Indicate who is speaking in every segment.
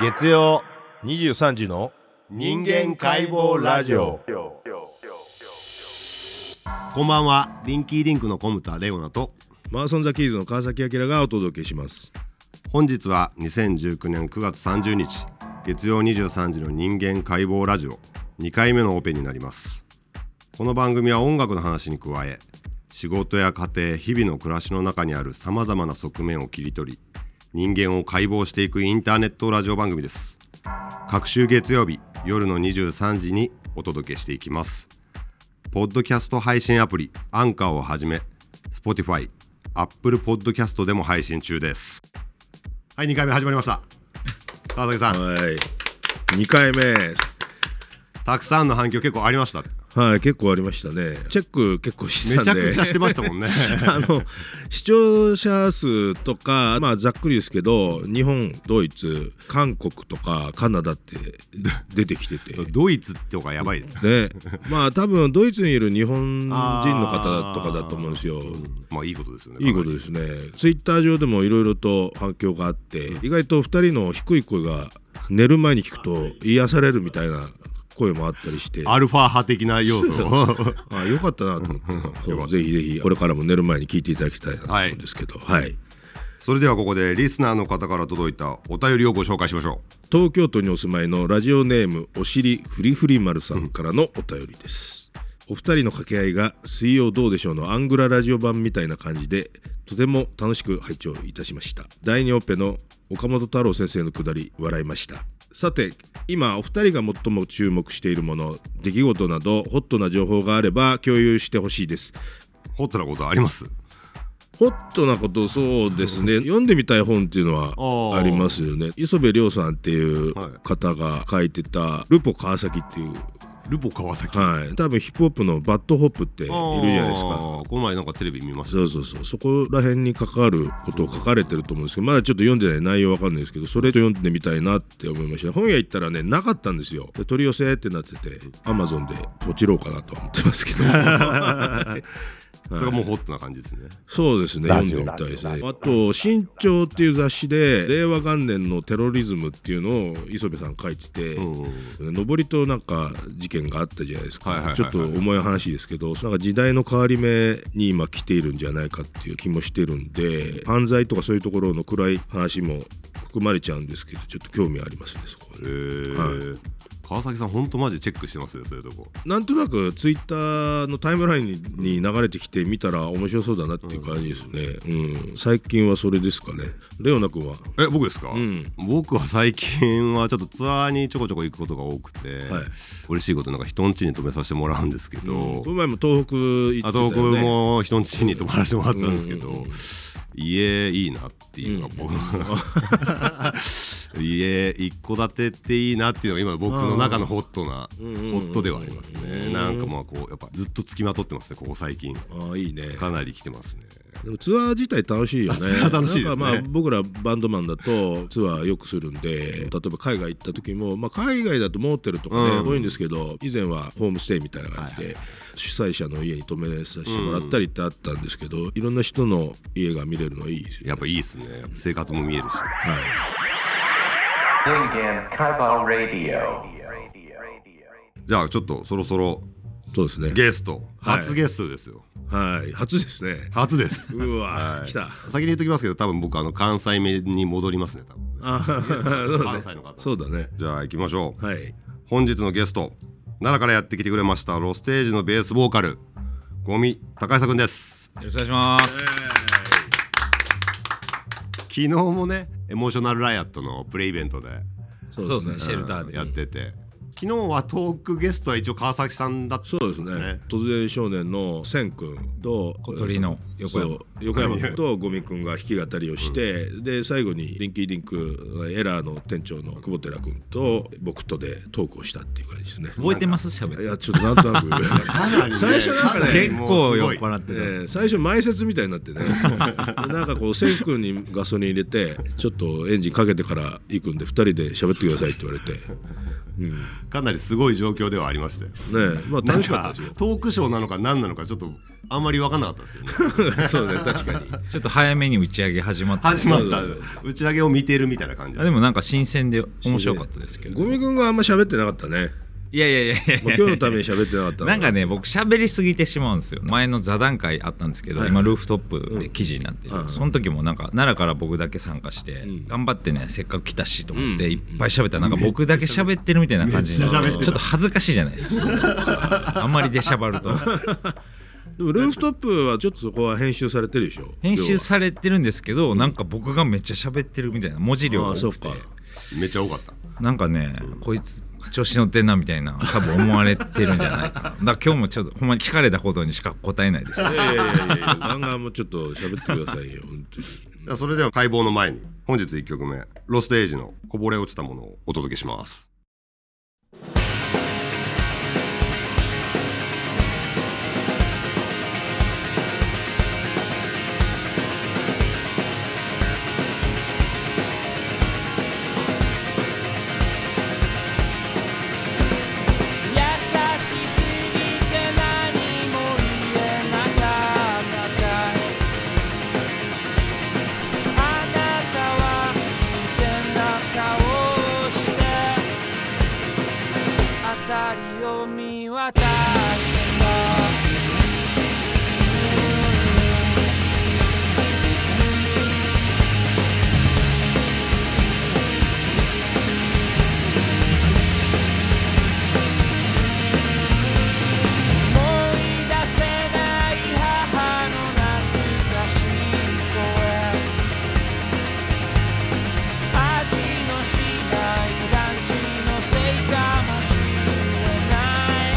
Speaker 1: 月曜23時の人間解剖ラジオ
Speaker 2: こんばんはリンキーリンクのコムタレオナと
Speaker 1: マーソン・ザ・キーズの川崎明がお届けします
Speaker 2: 本日は2019年9月30日月曜23時の人間解剖ラジオ2回目のオペになりますこの番組は音楽の話に加え仕事や家庭日々の暮らしの中にあるさまざまな側面を切り取り人間を解剖していくインターネットラジオ番組です各週月曜日夜の23時にお届けしていきますポッドキャスト配信アプリアンカーをはじめ Spotify、Apple Podcast でも配信中ですはい2回目始まりました川崎さん
Speaker 1: はい2回目
Speaker 2: たくさんの反響結構ありました
Speaker 1: はい結構ありましたねチェック結構して
Speaker 2: め
Speaker 1: たん
Speaker 2: ち
Speaker 1: で
Speaker 2: ゃくちゃしてましたもんね
Speaker 1: あの視聴者数とか、まあ、ざっくりですけど日本ドイツ韓国とかカナダって出てき てて。
Speaker 2: ドイツとかやばいです
Speaker 1: ね、まあ多分ドイツにいる日本人の方とかだと思うんですよ。
Speaker 2: うんまあいいことですよね
Speaker 1: いいことですね。ツイッター上でもいろいろと反響があって、意外と2人の低い声が寝る前に聞くと癒されるみたいな声もあったりして、
Speaker 2: アルファ派的な要素
Speaker 1: あよかったなと思ってそうぜひぜひこれからも寝る前に聞いていただきたいなと思うんですけど、はい、
Speaker 2: それではここでリスナーの方から届いたお便りをご紹介しましょ
Speaker 1: 東京都にお住まいのラジオネームおしりふりふり丸さんからのお便りです、お二人の掛け合いが「水曜どうでしょう」のアングララジオ版みたいな感じでとても楽しく拝聴いたしました第2オペの岡本太郎先生のくだり笑いましたさて今お二人が最も注目しているもの出来事などホットな情報があれば共有してほしいです
Speaker 2: うホットなことあります
Speaker 1: ホットなことそうですね読んでみたい本っていうのは
Speaker 2: あー
Speaker 1: ありますよね磯部亮さんっていう
Speaker 2: はい
Speaker 1: 方が書いてた「ルポ川崎」っていう、
Speaker 2: ルポ川崎
Speaker 1: はい、多分ヒップホップのバッドホップっているじゃないです
Speaker 2: あ
Speaker 1: か
Speaker 2: ーこの前なんかテレビ見ました
Speaker 1: そうそうそうそこら辺に関わることを書かれてると思うんですけどまだちょっと読んでない内容わかんないですけどそれと読んでみたいなって思いました本屋行ったらねなかったんですよで取り寄せってなっててアマゾンでポチろうかなとは思ってますけどはい
Speaker 2: それがもうホットな感じですね
Speaker 1: そうですね
Speaker 3: ラ
Speaker 1: 読
Speaker 3: ジ
Speaker 1: んで
Speaker 3: オ
Speaker 1: みたいです
Speaker 3: ラ
Speaker 1: ね
Speaker 3: ジオ
Speaker 1: あと「新潮」っていう雑誌で令和元年のテロリズムっていうのを磯部さん書いてて、
Speaker 2: うん
Speaker 1: 上りとなんか事件があったじゃないです
Speaker 2: はいはい
Speaker 1: か
Speaker 2: はい
Speaker 1: ち
Speaker 2: は
Speaker 1: ょっ
Speaker 2: い
Speaker 1: と重い話ですけどなんか時代の変わり目に今来ているんじゃないかっていう気もしてるんで犯罪とかそういうところの暗い話も含まれちゃうんですけどちょっと興味ありますねそこはね
Speaker 2: へー川崎さんほんとマジチェックしてますねそういうとこ
Speaker 1: なんとなくツイッターのタイムラインにに流れてきて見たら面白そうだなっていう感じですね、うん最近はそれですかねレオナ君は
Speaker 2: え僕ですか、
Speaker 1: うん
Speaker 2: 僕は最近はちょっとツアーにちょこちょこ行くことが多くて、
Speaker 1: はい
Speaker 2: 嬉しいことなんか人ん家に泊めさせてもらうんですけど、
Speaker 1: この前も東北行ってた
Speaker 2: あ
Speaker 1: よ、ね、
Speaker 2: と僕も人ん家に泊まらせてもらったんですけど、
Speaker 1: うんうんうん
Speaker 2: 家いいなっていうのが僕、家一戸建てっていいなっていうのが今僕の中のホットな、
Speaker 1: うんうんうん
Speaker 2: ホットではありますね、
Speaker 1: うん
Speaker 2: なんかまあこうやっぱずっとつきまとってますねここ最近
Speaker 1: ああいいね
Speaker 2: かなり来てますね
Speaker 1: でもツアー自体楽しいよね。
Speaker 2: あツアー楽しいですね
Speaker 1: なんかまあ僕らバンドマンだとツアーよくするんで、例えば海外行った時も、まあ、海外だとモーテルとかね、
Speaker 2: うん
Speaker 1: 多いんですけど、以前はホームステイみたいな感じで、主催者の家に泊めさせてもらったりってあったんですけど、いろんな人の家が見れるのいいですよね。
Speaker 2: やっぱいいですね生活も見えるし
Speaker 3: Ringen Kaibo Radio.
Speaker 2: じゃあちょっとそろそろ
Speaker 1: そうですね。
Speaker 2: ゲスト
Speaker 1: はい
Speaker 2: 初ゲストですよ、
Speaker 1: はい、初で すね。
Speaker 2: 初です
Speaker 1: うわ、
Speaker 2: はい
Speaker 1: 来た。
Speaker 2: 先に言っときますけど多分僕あの関西名に戻りますね多 分ね
Speaker 1: あ
Speaker 2: 関西の方
Speaker 1: そうだね。
Speaker 2: じゃあ行きましょう
Speaker 1: はい。
Speaker 2: 本日のゲスト奈良からやってきてくれましたロステージのベースボーカルゴミ高久くんです
Speaker 4: よろしくお願いします。
Speaker 2: 昨日もねエモーショナルライアットのプレイベントで
Speaker 1: そ
Speaker 4: そうですねシェルターで
Speaker 2: やってて昨日はトークゲストは一応川崎さんだった
Speaker 1: そうですね突然少年の千君と
Speaker 4: 小鳥の横山
Speaker 1: そう横山君とゴミ君が弾き語りをして、で最後にリンキーリンクエラーの店長の久保寺君と僕とでトークをしたっていう感じですね
Speaker 4: 覚えてます喋
Speaker 1: い
Speaker 4: っ
Speaker 1: やちょっとなんと なく最初なんか
Speaker 2: な
Speaker 1: ね
Speaker 2: り
Speaker 4: て。結
Speaker 2: も
Speaker 4: 構
Speaker 2: うす
Speaker 4: 酔っ
Speaker 2: ごい
Speaker 4: 払って
Speaker 1: え
Speaker 4: たです。
Speaker 1: ー最初前説みたいにな ってねなんかこう千君にガソリン入れてちょっとエンジンかけてから行くんで2人で喋ってくださいって言われてうんね
Speaker 2: かなりすごい状況ではありましたよ
Speaker 1: えまあ楽しかったで
Speaker 2: なんトークショーなのか何なのかちょっとあんまり分かんなかったですけどね
Speaker 1: すよそうね確かに
Speaker 4: ちょっと早めに打ち上げ始まった
Speaker 2: 始まっ
Speaker 1: そうそう
Speaker 2: た打ち上げを見ているみたいな感じ
Speaker 4: あでもなんか新鮮で面白かったですけど
Speaker 1: ゴミ君があんま喋ってなかったね、
Speaker 4: いやいやいやいや
Speaker 1: まあ、今日のために喋ってなかったの
Speaker 4: なんかね僕喋りすぎてしまうんですよ前の座談会あったんですけど、
Speaker 1: はい
Speaker 4: 今ルーフトップで記事になってる、
Speaker 1: うん
Speaker 4: その時もなんか奈良から僕だけ参加して、
Speaker 1: うん
Speaker 4: 頑張ってねせっかく来たしと思って
Speaker 1: うん
Speaker 4: いっぱい喋ったらなんか僕だけ喋ってるみたいな感じにな
Speaker 1: めっちゃ喋って
Speaker 4: る
Speaker 1: た
Speaker 4: ちょっと恥ずかしいじゃないで すかあんまりでしゃばると
Speaker 1: でもルーフトップはちょっとそこは編集されてるでしょ
Speaker 4: 編集されてるんですけどなんか僕がめっちゃ喋ってるみたいな文字量が
Speaker 1: あそう
Speaker 4: 多くて
Speaker 1: か
Speaker 2: めっちゃ多かった
Speaker 4: なんかね、こいつ調子乗ってんなみたいな多分思われてるんじゃないかなだから今日もちょっとほんまに聞かれたことにしか答えないです
Speaker 1: いやいやいやいやガンガンもちょっと喋ってくださいよ本当に
Speaker 2: じゃあそれでは解剖の前に本日1曲目「ロストエイジ」のこぼれ落ちたものをお届けします
Speaker 5: 優しすぎて何も言えなかったあなたは危険な顔をして辺りを見渡した思い出せない母の懐かしい声味のしないランチのせいかもしれない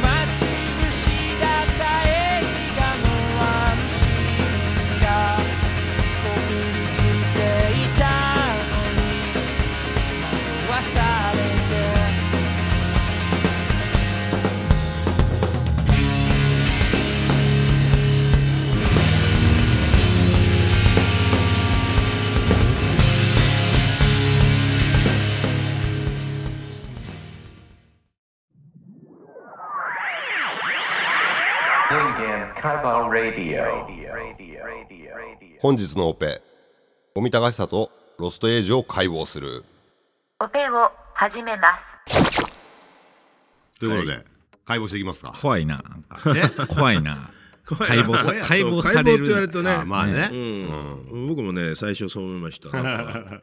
Speaker 5: 待ち伏だった映画のワンシーンがこびりついていたのに壊されて
Speaker 3: Ringen Kaiba Radio. Radio. Radio. Radio.
Speaker 2: 本日のオペ尾身隆久とロストエイジを解剖する
Speaker 6: オペを始めます。
Speaker 2: ということで、解剖していきますか
Speaker 4: 怖いななんか怖いな解剖さ
Speaker 1: いや
Speaker 4: 解剖
Speaker 1: そう
Speaker 4: さ
Speaker 1: 解
Speaker 4: れ
Speaker 1: 剖って
Speaker 4: る
Speaker 1: 言われるとね
Speaker 2: あまあね、
Speaker 1: う
Speaker 2: うん
Speaker 1: ん、僕もね最初そう思いましたなんか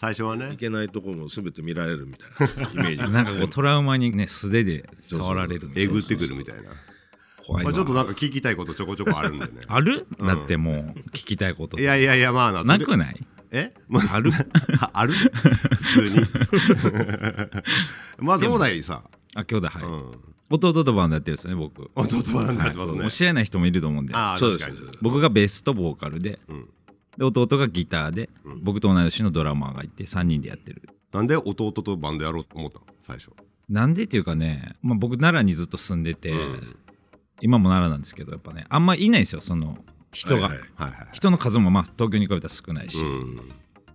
Speaker 2: 最初はいね
Speaker 1: けないとこも全て見られるみたいなイメージが
Speaker 4: なんかこうトラウマにね素手で触られるみたい
Speaker 2: え
Speaker 4: な
Speaker 2: ぐってくるみたいな
Speaker 4: 怖い
Speaker 2: まあ、
Speaker 4: わ
Speaker 2: ちょっとなんか聞きたいことちょこちょこあるんでね
Speaker 4: ある
Speaker 2: うん
Speaker 4: だってもう聞きたいこと
Speaker 2: いやいやいやまあな
Speaker 4: なくない
Speaker 2: え、 まあ、
Speaker 4: ある
Speaker 2: ある普通に まず兄弟さ、
Speaker 4: あ兄弟はい、
Speaker 2: うん、
Speaker 4: 弟とバンドやってるんですよね僕
Speaker 2: 弟はなってますね、
Speaker 4: はい、知らない人もいると思うんで
Speaker 2: ああ
Speaker 1: そう
Speaker 2: 確
Speaker 1: です
Speaker 2: かに
Speaker 1: そうです
Speaker 4: 僕がベースとボーカルで
Speaker 2: うん
Speaker 4: で弟がギターで、
Speaker 2: うん
Speaker 4: 僕と同い年のドラマーがいて3人でやってる
Speaker 2: なんで弟とバンドやろうと思ったの最初
Speaker 4: なんでっていうかね、まあ、僕奈良にずっと住んでて、
Speaker 2: うん
Speaker 4: 今も奈良なんですけどやっぱねあんまいないんですよその人が、
Speaker 1: はいはい
Speaker 2: はいはい
Speaker 4: 人の数もまあ東京に比べたら少ないし、
Speaker 2: うん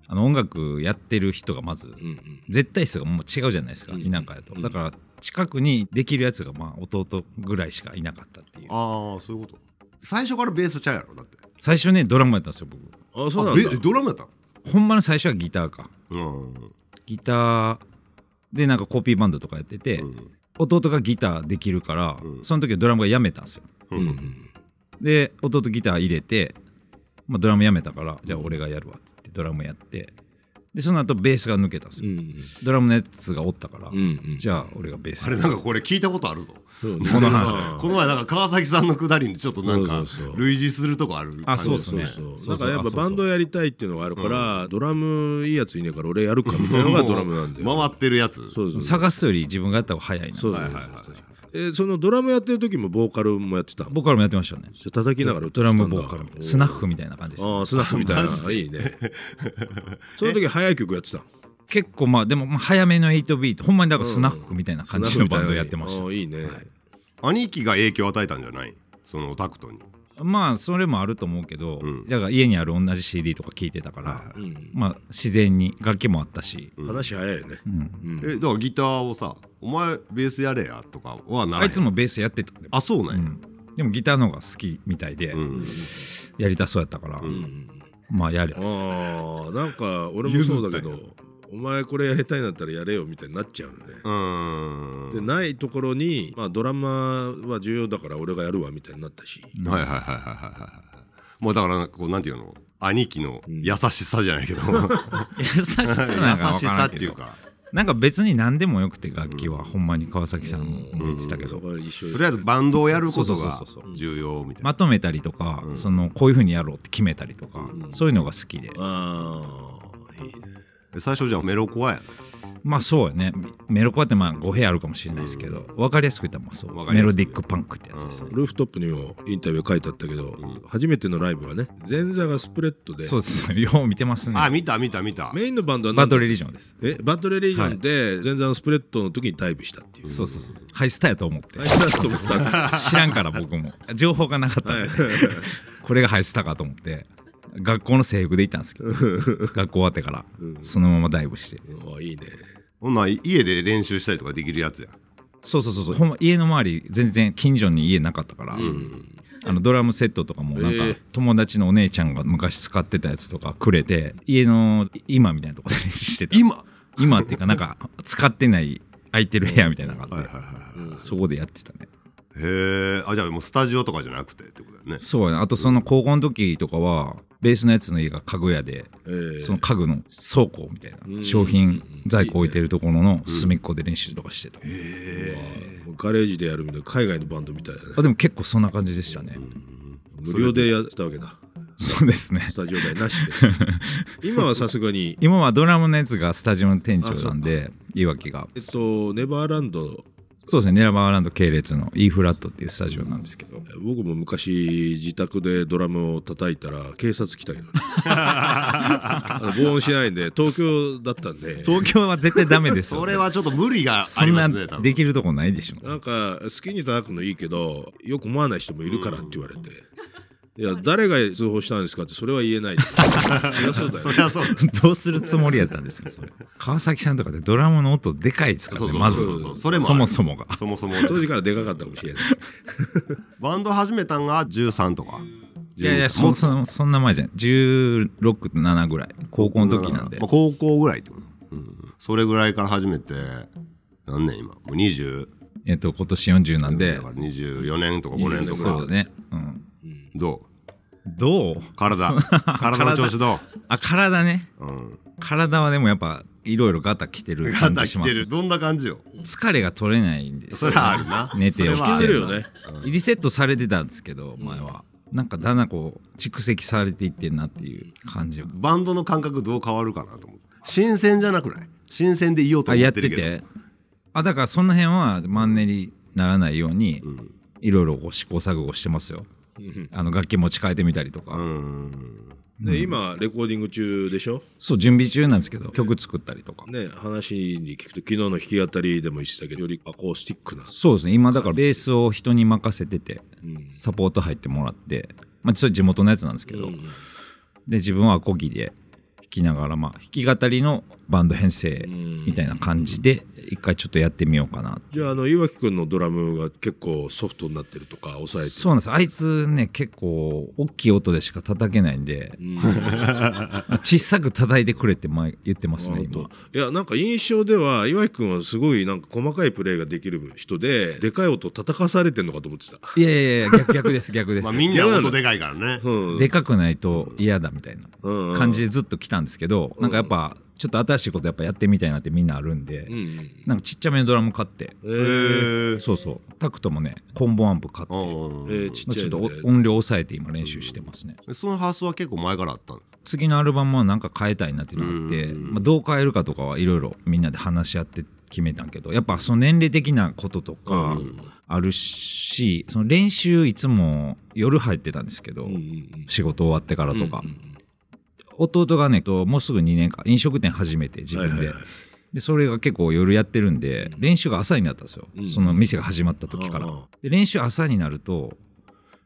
Speaker 4: あの音楽やってる人がまず
Speaker 1: うんうん
Speaker 4: 絶対数がもう違うじゃないですか、
Speaker 1: うん
Speaker 4: 田舎やと
Speaker 1: うん
Speaker 4: だから近くにできるやつがまあ弟ぐらいしかいなかったっていう
Speaker 2: ああそういうこと最初からベースちゃうやろだって
Speaker 4: 最初ねドラムやったんですよ僕
Speaker 1: あそうなんだ
Speaker 2: あベドラムやった
Speaker 4: ほんまの最初はギターか
Speaker 2: の
Speaker 4: ギターでなんかコピーバンドとかやってて、
Speaker 2: うんうん
Speaker 4: 弟がギターできるから、
Speaker 2: うん
Speaker 4: その時はドラムがやめたんですよ
Speaker 2: う
Speaker 1: うんうんん
Speaker 4: で弟ギター入れて、まあ、ドラムやめたからじゃあ俺がやるわって言ってドラムやってでその後ベースが抜けたんです
Speaker 1: う
Speaker 4: よ、
Speaker 1: ん
Speaker 4: ドラムのやつがおったから、
Speaker 1: うんうん
Speaker 4: じゃあ俺がベース
Speaker 2: あれなんかこれ聞いたことあるぞ
Speaker 1: そう
Speaker 4: この話
Speaker 1: まあ
Speaker 2: この前なんか川崎さんのくだりにちょっとなんか
Speaker 1: そうそうそう
Speaker 2: 類似するとこある感
Speaker 4: あ
Speaker 2: じ
Speaker 4: そうっすね
Speaker 1: そうそ
Speaker 4: そう
Speaker 1: だ
Speaker 4: うそう
Speaker 1: からやっぱ
Speaker 4: あそうそう
Speaker 1: バンドやりたいっていうのがあるからドラムいいやついねえから俺やるかみたいなのがドラムなんだよ
Speaker 2: 回ってるやつ
Speaker 1: そうそう
Speaker 4: 探すより自分がやった方が早いな
Speaker 1: そう
Speaker 2: は
Speaker 1: だ
Speaker 2: いは
Speaker 1: よ
Speaker 2: いはい
Speaker 1: えーそのドラムやってる時もボーカルもやってたの
Speaker 4: 僕らもやってましたね
Speaker 1: じゃあ叩きながら歌
Speaker 4: ド
Speaker 1: ってた
Speaker 4: ラ
Speaker 1: んだ
Speaker 4: ムボーカルみたいなスナッフみたいな感じです
Speaker 1: ああスナッフみたいないい ねその時早い曲やってたの
Speaker 4: 結構まあでもまあ早めの8ビートほんまにだからスナックみたいな感じのバンドやってました
Speaker 1: ああいいね
Speaker 2: 兄貴が影響を与えたんじゃないそのオタクトに
Speaker 4: まあそれもあると思うけど、
Speaker 2: うん
Speaker 4: だから家にある同じ CD とか聞いてたから、
Speaker 2: は
Speaker 1: うん
Speaker 4: まあ自然に楽器もあったし、
Speaker 2: うん
Speaker 1: 話早いよね、
Speaker 4: うん
Speaker 1: うん
Speaker 2: えだからギターをさ「お前ベースやれや」とかはなら
Speaker 4: あ
Speaker 2: へん
Speaker 4: いつもベースやってたんだよ
Speaker 2: あそうなんや、
Speaker 4: うんでもギターの方が好きみたいで、
Speaker 2: うん
Speaker 4: やりたそうやったから、
Speaker 2: う
Speaker 1: うん
Speaker 4: まあやれ
Speaker 1: ああなんか俺もそうだけどお前これやりたいんだったらやれよみたいになっちゃうね、
Speaker 2: うん
Speaker 1: でないところに、まあ、ドラマは重要だから俺がやるわみたいになったし、
Speaker 2: はいはいはいはいはいはいもうだからこうなんていうの兄貴の優しさじゃ ないけど、
Speaker 4: 優しさ
Speaker 2: 優し
Speaker 4: なんかわから
Speaker 2: さ
Speaker 4: ん
Speaker 2: っ
Speaker 4: け
Speaker 2: てい
Speaker 4: ど
Speaker 2: うか
Speaker 4: なんか別に何でもよくて楽器は、
Speaker 2: うん
Speaker 4: ほんまに川崎さんも言ってたけど、
Speaker 1: そこは一緒
Speaker 2: とりあえずバンドをやることが
Speaker 4: そうそうそうそう
Speaker 2: 重要みたいな
Speaker 4: まとめたりとか、
Speaker 2: うん
Speaker 4: そのこういうふうにやろうって決めたりとか、
Speaker 1: うん
Speaker 4: そういうのが好きで、
Speaker 1: ああいいね
Speaker 2: え最初じゃあメロコアや
Speaker 4: まあそうやねメロコアってまあ語弊あるかもしれないですけど、わかりやすく言ったらまあそ
Speaker 2: わ
Speaker 4: う
Speaker 2: かりや
Speaker 4: メ
Speaker 2: すく
Speaker 4: ロディックパンクってやつですね、
Speaker 1: ルーフトップにもインタビュー書いてあったけど、
Speaker 2: うん
Speaker 1: 初めてのライブはね前座がスプレッドで
Speaker 4: そうですねよう見てますね
Speaker 2: なあ見た見た見た
Speaker 1: メインのバンドは
Speaker 4: バ
Speaker 1: 何
Speaker 4: トルリジョンです、
Speaker 1: えバトルレリジョンで前座のスプレッドの時にダイブしたっていう、
Speaker 4: そうそうそうハイスタやと 思って
Speaker 1: 大事だと思ったんだ
Speaker 4: 知らんから僕も情報がなかったんで、これがハイスタかと思って学校の制服で行ったんですけど
Speaker 1: う
Speaker 4: 学校終わってから
Speaker 1: ん
Speaker 4: そのままダイブして
Speaker 1: あいいね
Speaker 2: ほんなら家で練習したりとかできるやつや
Speaker 4: そうそうそうそうほんま家の周り全然近所に家なかったから、
Speaker 2: うん
Speaker 4: あのドラムセットとかもなんか、
Speaker 1: えー
Speaker 4: 友達のお姉ちゃんが昔使ってたやつとかくれて家の今みたいなとこで練習してた
Speaker 2: 今
Speaker 4: 今っていうかなんか使ってない空いてる部屋みたいなのがあって、
Speaker 2: はいはいはいはい
Speaker 4: そこでやってたね
Speaker 2: へえあじゃあもうスタジオとかじゃなくてってことだよね
Speaker 4: そうやねあとその高校の時とかはベースのやつの家が家具屋で
Speaker 1: えー
Speaker 4: その家具の倉庫みたい
Speaker 1: うん
Speaker 4: な商品在庫置いてるところの隅っこで練習とかしてた、
Speaker 2: へ
Speaker 1: うわガレージでやるみたいな海外のバンドみたいだね
Speaker 4: あでも結構そんな感じでしたね
Speaker 2: え、うん
Speaker 1: 無料でやってたわけだ
Speaker 4: そうですね
Speaker 1: スタジオ代な しで今はさすがに
Speaker 4: 今はドラムのやつがスタジオの店長なんでいわきが
Speaker 1: えっとネバーランド
Speaker 4: そうですねネラバーランド系列の E フラットっていうスタジオなんですけど
Speaker 1: 僕も昔自宅でドラムを叩いたら警察来たけ どねあの防音しないんで東京だったんで
Speaker 4: 東京は絶対ダメですよ
Speaker 2: それはちょっと無理があ
Speaker 4: そ
Speaker 2: り
Speaker 4: ん
Speaker 2: ま
Speaker 4: な
Speaker 2: すね多分
Speaker 4: できるとこないでしょ
Speaker 1: なんか好きに叩くのいいけどよく思わない人もいるからって言われて。いや誰が通報したんですかってそれは言えない そりゃそうだよ
Speaker 2: そ
Speaker 1: ね
Speaker 2: りゃそうだ
Speaker 4: どうするつもりやったんですかそれ川崎さんとかでドラムの音でかいですから
Speaker 2: そう
Speaker 4: ね
Speaker 2: そう
Speaker 4: まず
Speaker 2: そうそうそれもあ
Speaker 4: そ
Speaker 2: る
Speaker 4: もそもが
Speaker 2: そもそも
Speaker 1: 当時からでかかったかもしれない
Speaker 2: バンド始めたんが13とか
Speaker 4: いやいやそそんそんな前じゃん167ぐらい高校の時なんで
Speaker 2: まあ、高校ぐらいってこと、うん、それぐらいから始めて何年今もう20
Speaker 4: えっと今年40なんで
Speaker 2: だから24年とか5年と
Speaker 4: そ
Speaker 2: か
Speaker 4: うだね、うん、
Speaker 2: ど
Speaker 4: どう
Speaker 2: う 体体の調子ど
Speaker 4: あ体ね
Speaker 2: う、うん、
Speaker 4: 体はでもやっぱいろいろガタきてる感
Speaker 2: 肩
Speaker 4: じし
Speaker 2: き
Speaker 4: ま
Speaker 2: て
Speaker 4: す
Speaker 2: るどんな感じよ
Speaker 4: 疲れが取れないんです
Speaker 2: それはあるな
Speaker 4: 寝て
Speaker 2: それ
Speaker 4: 起
Speaker 2: は
Speaker 4: き
Speaker 2: あ
Speaker 4: て
Speaker 1: る
Speaker 4: る
Speaker 1: よね、
Speaker 4: リセットされてたんですけど前は、なんかだんだんこう蓄積されていってんなっていう感じは
Speaker 2: バンドの感覚どう変わるかなと思う新鮮じゃなくない新鮮でいようと
Speaker 4: あ
Speaker 2: 思
Speaker 4: や
Speaker 2: っ
Speaker 4: ってて
Speaker 2: るけど
Speaker 4: てあだからその辺はマンネリならないように
Speaker 2: うん
Speaker 4: いろいろこう試行錯誤してますよ
Speaker 1: うん
Speaker 4: あの楽器持ち替えてみたり
Speaker 2: う
Speaker 4: とか、
Speaker 2: ん
Speaker 4: うん
Speaker 1: で今レコーディング中でしょ
Speaker 4: そう準備中なんですけど曲作ったりとか、
Speaker 1: ね話に聞くと昨日の弾き語りでも言ってたけどよりアコースティックな、
Speaker 4: そうですね今だからベースを人に任せてて
Speaker 1: うん
Speaker 4: サポート入ってもらってまあそれ地元のやつなんですけど、で自分はアコギで弾きながらまあ弾き語りのバンド編成みたいな感じで一回ちょっとやってみようかな
Speaker 1: じゃああの岩城くんのドラムが結構ソフトになってるとか抑えて
Speaker 4: そうなんですあいつね結構大きい音でしか叩けないんで
Speaker 1: う、ん、あ
Speaker 4: 小さく叩いてくれって前言ってますね今
Speaker 1: といやなんか印象では岩城くんはすごいなんか細かいプレーができる人ででかい音叩かされてんのかと思ってた、
Speaker 4: いやいやいや逆逆です逆です、
Speaker 2: まあみんな音でかいからね
Speaker 1: うん、
Speaker 4: でかくないと嫌だみたいな
Speaker 1: うんうん
Speaker 4: 感じでずっと来たんですけど、
Speaker 1: うん
Speaker 4: なんかやっぱちょっと新しいことやっぱやってみたいなってみんなあるんで、
Speaker 1: うんうん
Speaker 4: なんかちっちゃめのドラム買って、
Speaker 1: え
Speaker 2: へ
Speaker 1: ー
Speaker 2: え
Speaker 4: そうそうタクトもねコンボアンプ買って、
Speaker 1: えーちっ
Speaker 4: まあ
Speaker 1: ちゃ
Speaker 4: ちょ
Speaker 1: い
Speaker 4: っと
Speaker 1: の
Speaker 4: お
Speaker 1: で
Speaker 4: 音量抑えて今練習してますね、
Speaker 2: その発想は結構前からあったん
Speaker 4: 次のアルバムはなんか変えたいなっていうのがあって、
Speaker 2: うん
Speaker 4: まあ、どう変えるかとかはいろいろみんなで話し合って決めたんけどやっぱその年齢的なこととかあるし、その練習いつも夜入ってたんですけど、
Speaker 1: うんうんうん
Speaker 4: 仕事終わってからとか、
Speaker 1: うんうん
Speaker 4: 弟がねともうすぐ2年間飲食店始めて自分
Speaker 1: はい
Speaker 4: で,、
Speaker 1: はいはい
Speaker 4: でそれが結構夜やってるんで
Speaker 1: うん
Speaker 4: 練習が朝になったんですよ、
Speaker 1: うん
Speaker 4: その店が始まった時から
Speaker 1: ああ
Speaker 4: で練習朝になると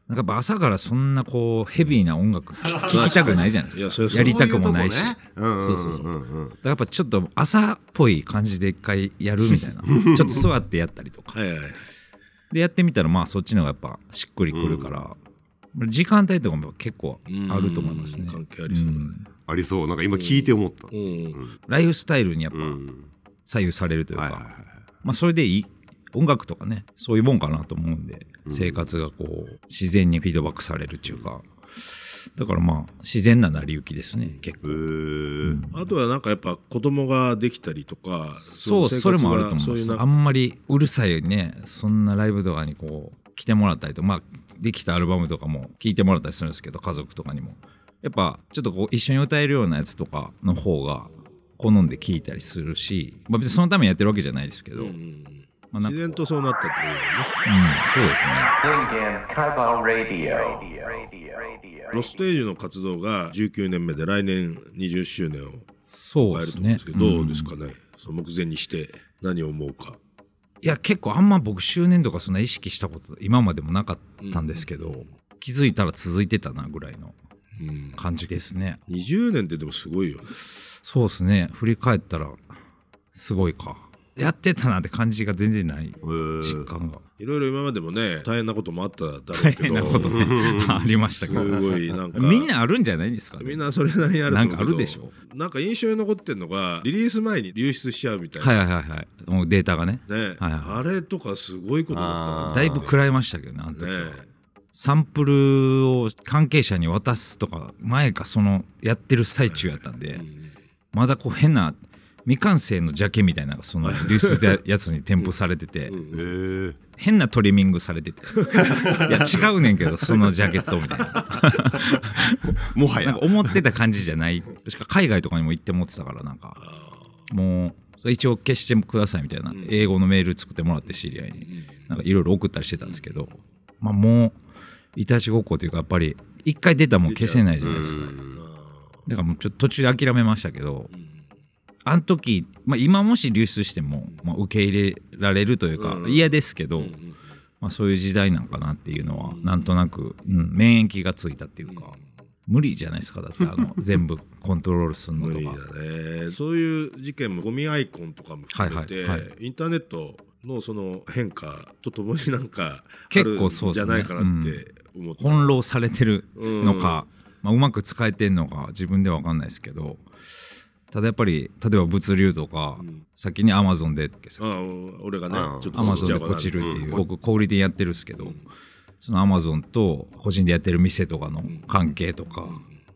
Speaker 4: なんかやっぱ朝からそんなこうヘビーな音楽聴きたくないじゃないですか。
Speaker 1: まあ
Speaker 4: やりたくもないし。
Speaker 2: そういうとこねうん
Speaker 4: そうそうそうん
Speaker 2: んん
Speaker 4: やっぱちょっと朝っぽい感じで一回やるみたいなちょっと座ってやったりとか、
Speaker 1: はいはい
Speaker 4: でやってみたらまあそっちの方がやっぱしっくりくるから、時間帯とかも結構あると思いますね
Speaker 1: うん関係ありそうだね
Speaker 4: ん
Speaker 2: ありそうなんか今聞いて思った
Speaker 1: うん
Speaker 4: ライフスタイルにやっ
Speaker 2: う
Speaker 4: ぱ
Speaker 2: ん
Speaker 4: 左右されるというか、
Speaker 2: はいはいはい
Speaker 4: まあそれでいい音楽とかねそういうもんかなと思うんで、
Speaker 2: うん
Speaker 4: 生活がこう自然にフィードバックされるっていうかだからまあ自然な成り行きですね結
Speaker 2: う
Speaker 4: 構、
Speaker 2: ーん
Speaker 1: あとはなんかやっぱ子供ができたりとか
Speaker 4: そう
Speaker 1: の生活が
Speaker 4: それもあると思い
Speaker 1: そ
Speaker 4: ま
Speaker 1: う
Speaker 4: す
Speaker 1: いうな
Speaker 4: あんまりうるさいねそんなライブとかにこう来てもらったりとまあできたアルバムとかも聴いてもらったりするんですけど家族とかにもやっぱちょっとこう一緒に歌えるようなやつとかの方が好んで聴いたりするし、まあ、別にそのためにやってるわけじゃないですけど、
Speaker 1: うんうん
Speaker 4: まあなんか
Speaker 1: 自然とそうなったってことだよね
Speaker 4: うんそうですね
Speaker 3: Ningen Kaiba Radio.
Speaker 1: ロステージの活動が19年目で来年20周年を
Speaker 4: そう
Speaker 1: 迎え
Speaker 4: で
Speaker 1: る
Speaker 4: す
Speaker 1: と思うん
Speaker 4: ね
Speaker 1: ですけどどうですかねその目前にして何を思うか
Speaker 4: いや結構あんま僕周年とかそんな意識したこと今までもなかったんですけど、気づいたら続いてたなぐらいの
Speaker 1: うん
Speaker 4: 感じですね
Speaker 1: 20年ってでもすごいよね
Speaker 4: そうですね振り返ったらすごいかやってたなって感じが全然ない 実感が
Speaker 1: いろいろ今までもね大変なこともあっただろう
Speaker 4: 大
Speaker 1: け
Speaker 4: 変
Speaker 1: ど
Speaker 4: なことねありました
Speaker 1: す
Speaker 4: けど
Speaker 1: ごいなんか
Speaker 4: みんなあるんじゃないですかね
Speaker 1: みんなそれなりにあると
Speaker 4: な
Speaker 1: 思うんけど
Speaker 4: かあるでしょ
Speaker 1: なんか印象に残ってんのがリリース前に流出しちゃうみたいな、
Speaker 4: はいはいはいはいもうデータがね
Speaker 1: ね
Speaker 4: はいはい
Speaker 1: あれとかすごいことだったな
Speaker 2: あー
Speaker 4: だいぶ食らいましたけどねあの時は、
Speaker 1: ね
Speaker 4: サンプルを関係者に渡すとか前かそのやってる最中やったんで、
Speaker 1: うん
Speaker 4: まだこう変な未完成のジャケみたいなのがその流出 したやつに添付されてて、
Speaker 1: うん
Speaker 2: えー
Speaker 4: 変なトリミングされてていや違うねんけどそのジャケットみたいな
Speaker 2: もは
Speaker 4: なん
Speaker 2: や
Speaker 4: か思ってた感じじゃないしか海外とかにも行って持ってたからなんか
Speaker 1: あ
Speaker 4: もうそれ一応消してくださいみたいな、
Speaker 1: うん
Speaker 4: 英語のメール作ってもらって知り合い
Speaker 1: ー
Speaker 4: になんかいろいろ送ったりしてたんですけど、まあもういたちごっこというかやっぱり一回出たらもう消せないじゃないですか、
Speaker 2: うん
Speaker 4: だからもうちょっと途中で諦めましたけど
Speaker 1: うん
Speaker 4: あの時、まあ、今もし流出しても、まあ、受け入れられるというか、
Speaker 1: うん
Speaker 4: 嫌ですけ
Speaker 1: う
Speaker 4: ど、
Speaker 1: んうん
Speaker 4: まあ、そういう時代なんかなっていうのは、
Speaker 1: うん
Speaker 4: なんとなく、うん免疫がついたっていうか、無理じゃないですかだってあ の全部コントロールするの
Speaker 1: 無
Speaker 4: と
Speaker 1: 理だ
Speaker 4: か。
Speaker 1: ねそういう事件もゴミアイコンとかも含めて、
Speaker 4: はいはいは
Speaker 1: インターネットのその変化とともになんかある
Speaker 4: 結構そうですね
Speaker 1: んじゃないかなって思った、
Speaker 4: 翻弄されてる
Speaker 1: うん
Speaker 4: のか、うまあ、うまく使えてんのか自分では分かんないですけどただやっぱり例えば物流とか、
Speaker 1: うん
Speaker 4: 先にアマゾンで
Speaker 1: あー俺がね
Speaker 2: うん
Speaker 1: ちょっと
Speaker 4: アマゾンでポチるっていう、僕小売店やってるんですけど、そのアマゾンと個人でやってる店とかの関係とか、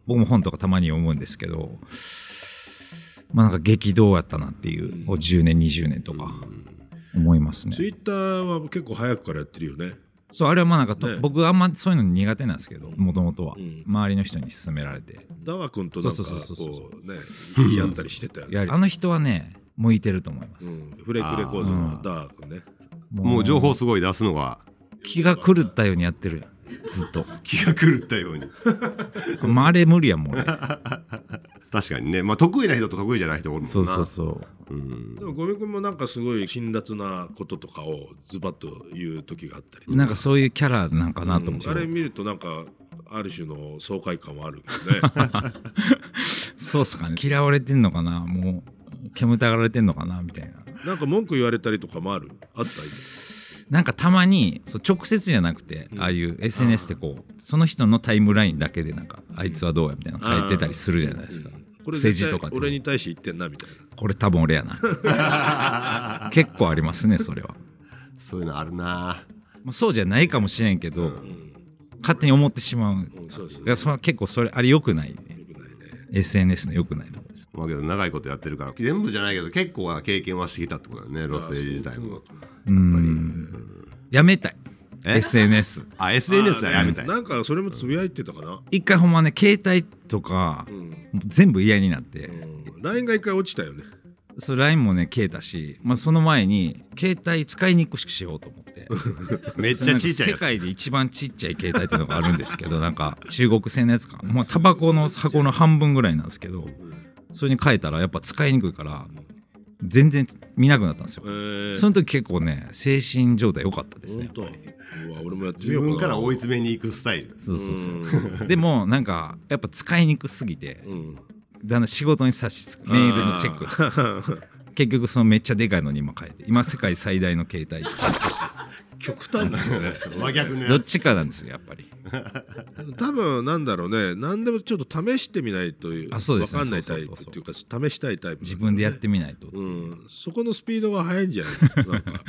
Speaker 4: 僕も本とかたまに読むんですけどまあなんか激動やったなっていう、
Speaker 1: うん
Speaker 4: こう10年20年とか
Speaker 2: うん
Speaker 4: 思いますね
Speaker 1: ツイッターは結構早くからやってるよね、
Speaker 4: そうあれはまあなんかと、
Speaker 1: ね
Speaker 4: 僕あんまそういうの苦手なんですけどもともとは、
Speaker 1: うん
Speaker 4: 周りの人に勧められて
Speaker 1: ダワ君となんか
Speaker 4: そうそうそうそ
Speaker 1: こ
Speaker 4: う
Speaker 1: うね言い合ったりしてたよ
Speaker 4: や
Speaker 1: ね、
Speaker 4: はりあの人はね向いてると思います、
Speaker 1: うん、フレークレコードのダワ君ね
Speaker 2: もう情報すごい出すのが
Speaker 4: 気が狂ったようにやってるやんずっと
Speaker 2: 気が狂ったように
Speaker 4: まああれ無理やもん俺
Speaker 2: 確かにねまあ得意な人と得意じゃない人おるもんな
Speaker 4: そうそうそう
Speaker 2: うん
Speaker 1: でもゴミ君もなんかすごい辛辣なこととかをズバッと言う時があったりと
Speaker 4: なんかそういうキャラなんかなと思って、
Speaker 1: あれ見るとなんかある種の爽快感はあるけどね
Speaker 4: そうっすかね嫌われてんのかなもう煙たがられてんのかなみたいな
Speaker 1: なんか文句言われたりとかもあるあった
Speaker 4: なんかたまにそう直接じゃなくて、
Speaker 1: うん
Speaker 4: ああいう SNS でこうその人のタイムラインだけでなんか、あいつはどうやみたいなの書いてたりするじゃないですか、
Speaker 1: これ
Speaker 4: 政治
Speaker 1: 絶
Speaker 4: とか
Speaker 1: 対
Speaker 4: でも
Speaker 1: 俺に対して言ってんなみたい
Speaker 4: これ多分俺や な結構ありますねそれは、
Speaker 2: そういうのあるな
Speaker 4: まあ、そうじゃないかもしれんけど、
Speaker 1: な、うん
Speaker 4: 勝手に思ってしまう
Speaker 1: うんそうそう
Speaker 4: いやそれは結構それあれ良くないね
Speaker 1: よくないね
Speaker 4: SNS の良くないところです
Speaker 2: まあけど長いことやってるから全部じゃないけど結構な経験はしてきたってことだよねロスエージ自体も
Speaker 4: うんやめたい
Speaker 2: え
Speaker 4: SNS
Speaker 2: あ SNS はやめたい
Speaker 1: なんかそれもつぶやいてたかな、
Speaker 4: 一回ほんまね携帯とか、
Speaker 1: うん
Speaker 4: 全部嫌になって、
Speaker 1: うん、LINE が一回落ちたよね
Speaker 4: そう LINE もね消えたし、まあ、その前に携帯使いにくくしようと思って
Speaker 2: めっちゃちっちゃいや
Speaker 4: 世
Speaker 2: つ
Speaker 4: 界で一番ちっちゃい携帯っていうのがあるんですけどなんか中国製のやつかまあタバコの箱の半分ぐらいなんですけどそれに変えたらやっぱ使いにくいから全然見なくなったんですよ
Speaker 1: え。ー、
Speaker 4: その時結構ね精神状態良かったですね
Speaker 1: 本。当うわ俺もやってみ
Speaker 2: 自
Speaker 1: ようかな
Speaker 2: 分から追い詰めに行くスタイル
Speaker 4: そうそうそう。
Speaker 1: ん
Speaker 4: でもなんかやっぱ使いにくすぎて
Speaker 1: うん
Speaker 4: だんだん仕事に差し支えメールのチェック
Speaker 1: ク
Speaker 4: 結局そのめっちゃでかいのに今変えて今世界最大の携 帯
Speaker 1: 極端なんですね
Speaker 2: 真逆の
Speaker 4: ど
Speaker 2: や
Speaker 4: っちかなんですよやっぱり
Speaker 1: 多分なんだろうね何でもちょっと試してみないという
Speaker 4: あそうですね
Speaker 1: 分かんないタイ
Speaker 4: そ
Speaker 1: プ
Speaker 4: う
Speaker 1: っ
Speaker 4: そうそう
Speaker 1: ていうか試したいタイプ
Speaker 4: 自分でやっ
Speaker 1: み
Speaker 4: てみないと、
Speaker 1: うん、そこのスピードが速いんじゃないなんか、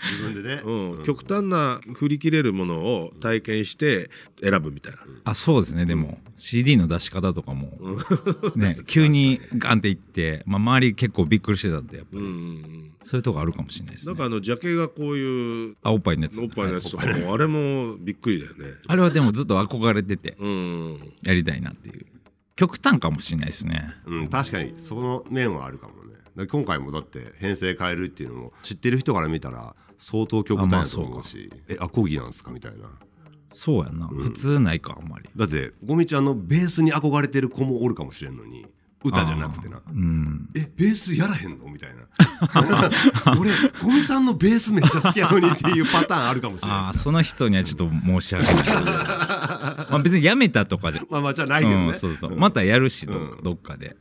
Speaker 2: 自分でね、
Speaker 1: うん、極端な振り切れるものを体験して選ぶみたいな、
Speaker 4: あそうですねでも CD の出し方とか も、
Speaker 1: うん
Speaker 4: ね、急にガンっていって、まあ、周り結構びっくりしてたんでやっぱ
Speaker 1: う
Speaker 4: り、
Speaker 1: んうん
Speaker 4: そういうとこあるかもしれない
Speaker 1: うん、
Speaker 4: です
Speaker 1: なん
Speaker 4: ね
Speaker 1: かあのジャケがこういう
Speaker 4: あおっぱいのやつ
Speaker 1: おっぱいのやつとか
Speaker 4: はい
Speaker 1: もあれもびっくりだよね
Speaker 4: あれはでもずっと憧れてて
Speaker 1: うん
Speaker 4: やりたいなっていう極端かもしれないですね
Speaker 2: うん、確かにその面はあるかもねだから今回もだって編成変えるっていうのも知ってる人から見たら相当極端だと思うし、えアコギなんですかみたいな
Speaker 4: そうやな、
Speaker 2: うん
Speaker 4: 普通ないかあんまり
Speaker 2: だってゴミちゃんのベースに憧れてる子もおるかもしれんのに歌じゃなくてな
Speaker 4: あーうん
Speaker 2: えベースやらへんのみたいな 俺ゴミさんのベースめっちゃ好きやのにっていうパターンあるかもしれ
Speaker 4: あ
Speaker 2: な
Speaker 4: あその人にはちょっと申し訳ない まあ別にやめたとかじゃ
Speaker 2: いまあまあじゃないけどね、
Speaker 4: うん、そうそう
Speaker 2: うん
Speaker 4: またやるしど,、
Speaker 2: うん
Speaker 4: どっかで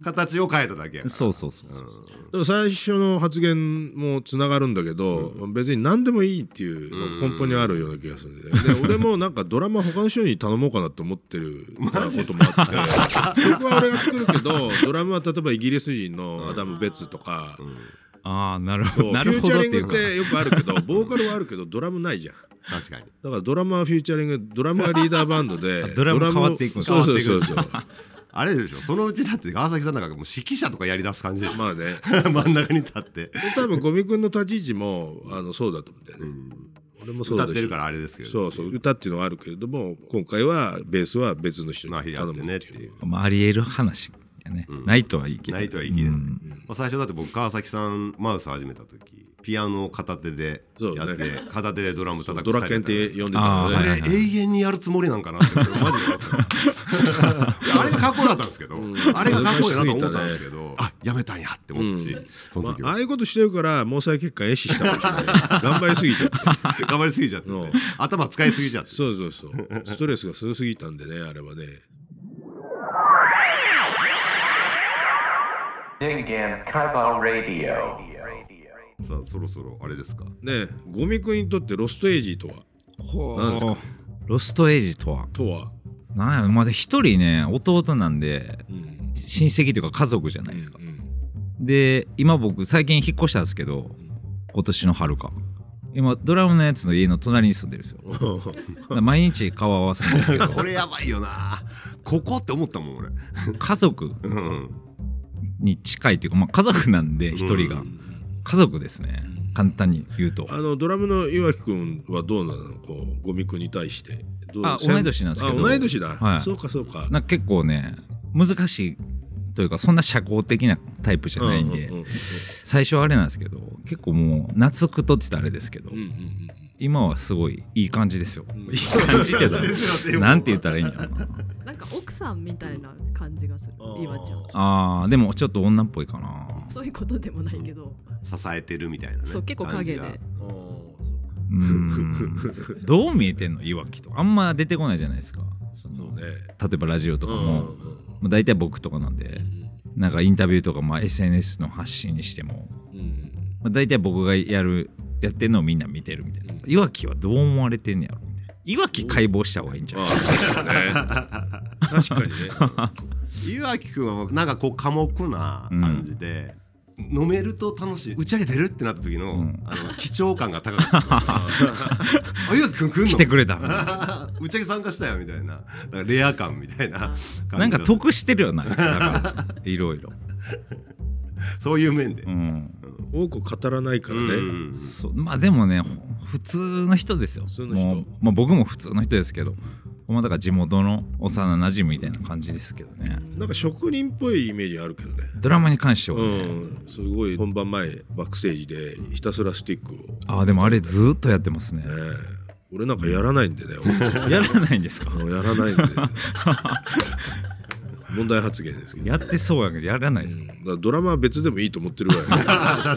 Speaker 2: 形を変えただけやから
Speaker 4: そうそうそうそう
Speaker 1: でも最初の発言もつながるんだけど、
Speaker 2: う
Speaker 1: 別に何でもいいっていうのが根本にあるような気がするんだよねで俺もなんかドラマ他の人に頼もうかなと思ってるこ ともあって曲は俺が作るけどドラムは例えばイギリス人のアダム・ベッツとか、
Speaker 2: うん、うん
Speaker 4: ああなるほ
Speaker 1: そう
Speaker 4: ど
Speaker 1: フュ
Speaker 4: なる
Speaker 1: ー
Speaker 4: ほ
Speaker 1: チ
Speaker 4: ど
Speaker 1: ャ
Speaker 4: っ
Speaker 1: リ
Speaker 4: てい
Speaker 1: ン
Speaker 4: う
Speaker 1: グっ
Speaker 4: か
Speaker 1: てよくあるけどボーカルはあるけどドラムないじゃん
Speaker 2: 確かに
Speaker 1: だからドラマはフューチャリングドラムはリーダーバンドで
Speaker 4: あ ドラム変わっていくんだ
Speaker 1: ドラムをそうそうそうそう
Speaker 2: あれでしょそのうちだって川崎さんなんかもう指揮者とかやりだす感じでしょ、
Speaker 1: まあね
Speaker 2: 真ん中に立って、
Speaker 1: 多分ゴミくんの立ち位置もあのそうだと思うんだよね、俺もそう
Speaker 2: 歌
Speaker 1: だ
Speaker 2: っ
Speaker 1: して
Speaker 2: るからあれですけど
Speaker 1: そうそう歌っていうのはあるけれども今回はベースは別の人
Speaker 2: まあ
Speaker 1: に
Speaker 2: や
Speaker 1: 頼
Speaker 2: っ
Speaker 1: む
Speaker 2: てねっていう、
Speaker 4: まあ、ありえる話やね、
Speaker 2: うん
Speaker 4: ないとは言い切れ
Speaker 2: ないとは言い切れない
Speaker 4: うん
Speaker 2: まあ、最初だって僕川崎さんマウス始めた時ピアノを片手で
Speaker 1: そう
Speaker 2: や
Speaker 1: ね
Speaker 2: って、片手でドラム
Speaker 1: そ
Speaker 2: 叩く
Speaker 1: うド
Speaker 2: ス
Speaker 1: ラ
Speaker 2: タイ
Speaker 1: ケンっ
Speaker 2: ルやった
Speaker 1: て呼
Speaker 2: じゃないですか
Speaker 1: んでたの
Speaker 4: あー
Speaker 2: あ
Speaker 1: で、
Speaker 2: れ
Speaker 4: はいはい
Speaker 2: 永遠にやるつもりなんかなってマジで思ってたあれがかっこよかったんですけど、
Speaker 1: うん
Speaker 2: あれがかっこいいなと思ったんですけど、あやめたんやって思ったし、
Speaker 1: うん
Speaker 2: その時
Speaker 1: まあ、あ
Speaker 2: は、
Speaker 1: あいうことしてるから毛細血管壊死したかもしれない頑張りすぎち ゃ って
Speaker 2: 頑張りすぎちゃって、ね
Speaker 1: うん
Speaker 2: 頭使いすぎちゃって
Speaker 1: そうそうそうストレスがすごすぎたんでねあれはね
Speaker 3: Dingen Kaibo Radio.
Speaker 2: さあそろそろあれですか
Speaker 1: ねゴミくんにとってロストエイジとは
Speaker 4: ほう
Speaker 1: なんですか
Speaker 4: ロストエイジとは
Speaker 1: とは、
Speaker 4: なんやまだ一人ね弟なんで
Speaker 1: うん
Speaker 4: 親戚というか家族じゃないですか、
Speaker 1: うんうん
Speaker 4: で今僕最近引っ越したんですけど今年の春か今ドラムのやつの家の隣に住んでるんですよだから毎日顔合わせるんです けど
Speaker 2: これやばいよなここって思ったもん俺
Speaker 4: 家族
Speaker 2: うん
Speaker 4: に近いというか、まあ、家族なんで一人が、
Speaker 2: う
Speaker 4: 家族ですね
Speaker 1: うん
Speaker 4: 簡単に言うと
Speaker 1: あのドラムの岩城くんはどうなのこうゴミくんに対してどう
Speaker 4: あ同い年なんですけど
Speaker 1: あ同い年だ、
Speaker 4: はい
Speaker 1: そうかそうか
Speaker 4: なんか結構ね難しいというかそんな社交的なタイプじゃないんで、
Speaker 1: ううう
Speaker 4: 最初はあれなんですけど結構もう懐くとって言ったらあれですけど、
Speaker 1: うんうんうん
Speaker 4: 今はすごいいい感じですよ、
Speaker 1: うん
Speaker 4: いい感じ ってだ なんて言ったらいいんやろうな
Speaker 7: なんか奥さんみたいな感じがする
Speaker 1: あー
Speaker 7: いわちゃん
Speaker 4: あーでもちょっと女っぽいかな
Speaker 7: そういうことでもないけど、
Speaker 2: 支えてるみたいな、ね、
Speaker 7: そう結構影で
Speaker 2: 感じが
Speaker 1: あ
Speaker 4: うーんどう見えてんのいわきとあんま出てこないじゃないですかそ
Speaker 1: ーそ
Speaker 4: の
Speaker 1: うね
Speaker 4: 例えばラジオとかも、
Speaker 1: うん
Speaker 4: まあ、大体僕とかなんでなんかインタビューとか、まあ、SNS の発信にしても、
Speaker 1: うん
Speaker 4: まあ、大体僕がやるやってんのをみんな見てるみたいな、
Speaker 1: うん
Speaker 4: いわきはどう思われてんねやろみたいないわき解剖した方がいいんじゃ
Speaker 1: ま
Speaker 4: ない
Speaker 1: あ確かにね確か
Speaker 2: 岩城くんはなんかこう寡黙な感じで、飲めると楽しい打ち上げてるってなった時の,、
Speaker 4: うん
Speaker 2: あの貴重感が高かった あ岩城くん来んの
Speaker 4: 来てくれた
Speaker 2: 打ち上げ参加したよみたいななんかレア感みたいな感
Speaker 4: な
Speaker 2: じ
Speaker 4: ん
Speaker 2: だ
Speaker 4: か得してるよなあいつな んかいろいろ
Speaker 2: そういう面で、
Speaker 4: うん
Speaker 1: にね多く語らないからね、
Speaker 2: うん
Speaker 4: そうまあでもねほ普通の人ですよ
Speaker 1: 普通の人
Speaker 4: もうまあ、僕も普通の人ですけどまあだから地元の幼なじみみたいな感じですけどね
Speaker 1: なんか職人っぽいイメージあるけどね
Speaker 4: ドラマに関しては
Speaker 1: う
Speaker 4: ね、
Speaker 1: ん、すごい本番前バックステージでひたすらスティックを、ね
Speaker 4: ああでもあれずーっとやってますね
Speaker 1: え、俺なんかやらないんでね
Speaker 4: やらないんですか
Speaker 1: 俺やらないんで問題発言ですけど
Speaker 4: やってそうやけどやらないです
Speaker 1: う
Speaker 4: か、
Speaker 1: んだからドラマは別でもいいと思ってるぐらい
Speaker 2: 確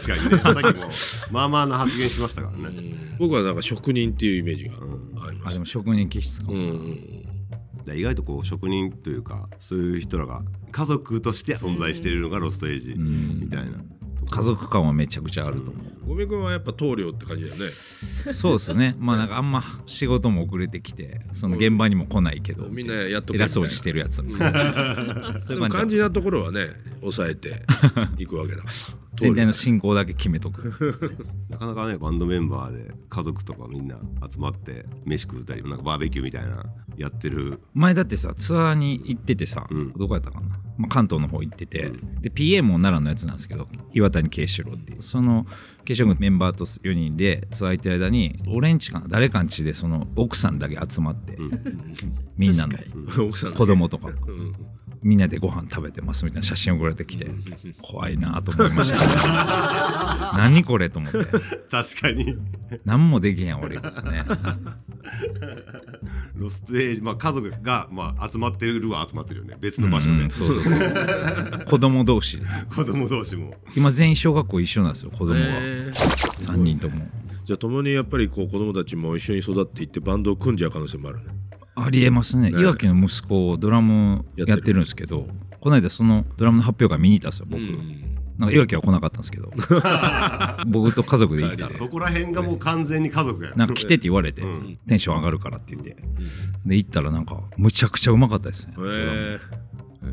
Speaker 2: かに ねさっきもまあまあな発言しましたから
Speaker 1: う
Speaker 2: ね、
Speaker 1: ん僕はなんか職人っていうイメージが
Speaker 2: うん
Speaker 1: ありま
Speaker 4: あ
Speaker 1: す
Speaker 4: でも職人気質かも、
Speaker 1: うんうん
Speaker 2: で意外とこう職人というかそういう人らが家族として存在しているのがロストエイジ
Speaker 4: うん
Speaker 2: みたいな、
Speaker 4: 家族感はめちゃくちゃあると思
Speaker 1: うんごめくんはやっぱ棟梁って感じだよね
Speaker 4: うそうですねまあなんかあんま仕事も遅れてきてその現場にも来ないけど、
Speaker 1: みんなやっとくみたいな
Speaker 4: 偉そうにしてるやつ
Speaker 1: う
Speaker 4: み
Speaker 1: ん
Speaker 4: たいなそ
Speaker 1: で
Speaker 4: ういう
Speaker 1: も肝
Speaker 4: 感じ
Speaker 1: 心なところはね抑え ていくわけだから
Speaker 4: 全体の進行だけ決めとく
Speaker 2: なかなかねバンドメンバーで家族とかみんな集まって飯食うたりなんかバーベキューみたいなやってる
Speaker 4: 前だってさツアーに行っててさ、
Speaker 2: うん
Speaker 4: どこやったかな、まあ、関東の方行ってて、
Speaker 2: う
Speaker 4: で PA も奈良のやつなんですけど岩谷慶志郎っていうその慶志郎のメンバーと4人でツアー行ってる間に俺んちかな誰かんちでその奥さんだけ集まって、
Speaker 2: うん
Speaker 4: みんなの
Speaker 7: 確か
Speaker 1: 奥さん
Speaker 4: 子供とか
Speaker 1: うん
Speaker 4: みんなでご飯食べてますみたいな写真送られてきて、
Speaker 1: うん
Speaker 4: 怖いなと思いました 何これと思って
Speaker 2: 確かに
Speaker 4: 何もできへん俺みたいなね
Speaker 2: ロストエイジ、まあ、家族が、まあ、集まってるは集まってるよね別 の場所で、
Speaker 4: うんうんそうそうそ う子供同士で
Speaker 2: 子供同士も
Speaker 4: 今全員小学校一緒なんですよ子供が
Speaker 1: へえ
Speaker 4: 3人とも
Speaker 1: じゃあ共にやっぱりこう子供たちも一緒に育っていってバンドを組んじゃう可能性もあるね
Speaker 4: ありえますね
Speaker 1: ね
Speaker 4: いわきの息子ドラム
Speaker 1: やってる
Speaker 4: やってるんですけどこの間そのドラムの発表会見に行ったんですよ僕、
Speaker 1: うん
Speaker 4: なんかいわきは来なかったんで すけど僕と家族で行ったら
Speaker 2: そこら辺がもう完全に家族や
Speaker 4: なんか来てって言われて、
Speaker 2: うん
Speaker 4: テンション上がるからって言ってで行ったらなんかむちゃくちゃうまかったですね、
Speaker 1: へえ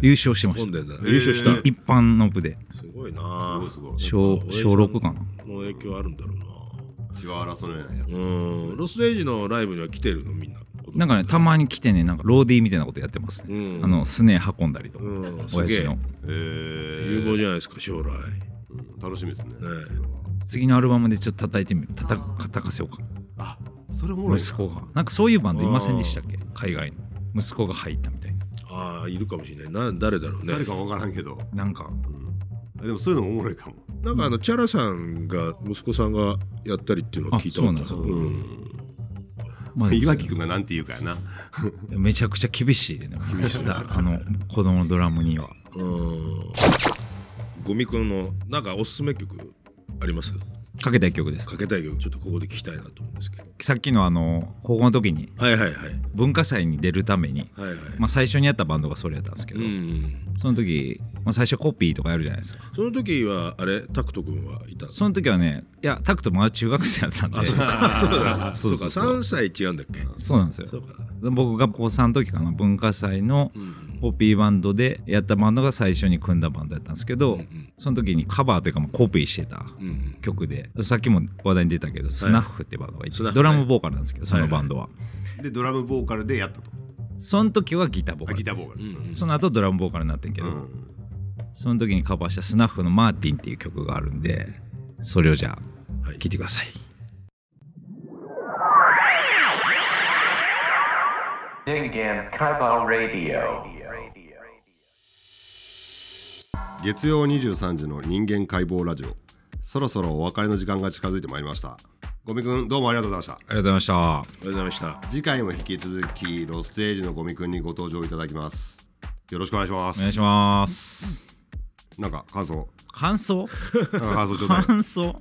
Speaker 4: 優勝してま
Speaker 1: 混ん
Speaker 4: し
Speaker 1: でんだ
Speaker 2: へえ
Speaker 1: 優勝した
Speaker 4: た一般の部です
Speaker 1: ごいな
Speaker 2: すごい
Speaker 1: ぁ
Speaker 2: すごい
Speaker 4: 小小6かな
Speaker 1: の影響あるんだろうな
Speaker 2: 血は争うようなやつ、
Speaker 1: うんロスレイジのライブには来てるのみんな
Speaker 4: なんかねたまに来てねなんかローディーみたいなことやってますね、
Speaker 1: うん
Speaker 4: あのスネ運んだりとか、
Speaker 1: うんす
Speaker 4: 親
Speaker 1: げ
Speaker 4: 父
Speaker 1: え
Speaker 4: の
Speaker 2: えー
Speaker 1: 有望じゃないですか将来
Speaker 2: うん楽しみですねそれは
Speaker 4: 次のアルバムでちょっと叩いてみる叩く叩かせようか
Speaker 2: あそれおもろいな
Speaker 4: 息子がなんかそういうバンドいませんでしたっけ海外の息子が入ったみたいな
Speaker 1: ああいるかもしれないな誰だろうね
Speaker 2: 誰か分からんけど、
Speaker 4: なんか
Speaker 2: うん、でもそういうのもおもろいかも
Speaker 1: なんかあのチャラさんが息子さんがやったりっていうのを聞いたことある
Speaker 4: あそう
Speaker 2: う
Speaker 1: うん
Speaker 2: ん
Speaker 4: まあ
Speaker 2: 岩城君がなんて言うかやな
Speaker 4: めちゃくちゃ厳しいでね厳しいだあの子供のドラムには
Speaker 1: うんゴミくんのなんかおすすめ曲あります
Speaker 4: かけたい曲です
Speaker 1: かけたい曲ちょっとここで聞きたいなと思うんですけど
Speaker 4: さっきのあの高校の時に
Speaker 1: はいはいはい
Speaker 4: 文化祭に出るために、
Speaker 1: はいはい、
Speaker 4: まあ、最初にやったバンドがそれやったんですけ
Speaker 1: う
Speaker 4: ど、
Speaker 1: ん
Speaker 4: その時、まあ、最初コピーとかやるじゃないですか
Speaker 1: その時はあれタクト君はいたの
Speaker 4: その時はねいやタクトまだ中学生だったんで
Speaker 1: あそうかそうだ
Speaker 4: そ
Speaker 1: そうう
Speaker 4: そ
Speaker 1: か
Speaker 4: うそう
Speaker 1: 3歳違うんだっけ
Speaker 4: そうなんです
Speaker 1: そ
Speaker 4: よ
Speaker 1: うか
Speaker 4: 僕が高3の時かな文化祭の
Speaker 1: うん
Speaker 4: コピーバンドでやったバンドが最初に組んだバンドやったんですけど、
Speaker 1: うん
Speaker 4: その時にカバーというかまあコピーしてた
Speaker 1: うんうん
Speaker 4: 曲でさっきも話題に出たけど、スナッフってバンドがいて
Speaker 1: スナッフ
Speaker 4: ドラムボーカルなんですけどそのバンドは、
Speaker 2: でドラムボーカルでやったと
Speaker 4: その時はギターボー
Speaker 2: あ
Speaker 4: カ
Speaker 2: ギ
Speaker 4: ル
Speaker 2: ターボーカル、
Speaker 1: うん
Speaker 4: その後ドラムボーカルになってんけど、
Speaker 2: うん
Speaker 4: その時にカバーしたスナッフの「マーティン」っていう曲があるんでそれをじゃあ
Speaker 1: はい
Speaker 4: 聴いてください、
Speaker 3: Dingen Kaiba Radio. Radio.
Speaker 2: 月曜23時の人間解剖ラジオそろそろお別れの時間が近づいてまいりましたゴミくんどうもありがとうございまし
Speaker 4: ありがとうございました
Speaker 1: ありがとうございました
Speaker 2: た次回も引き続きロステージのゴミくんにご登場いただきますよろしくお願いしま
Speaker 4: お
Speaker 2: す
Speaker 4: 願いします
Speaker 2: なんか感想
Speaker 4: 感想
Speaker 2: なんか感想ちょうだい
Speaker 4: 感想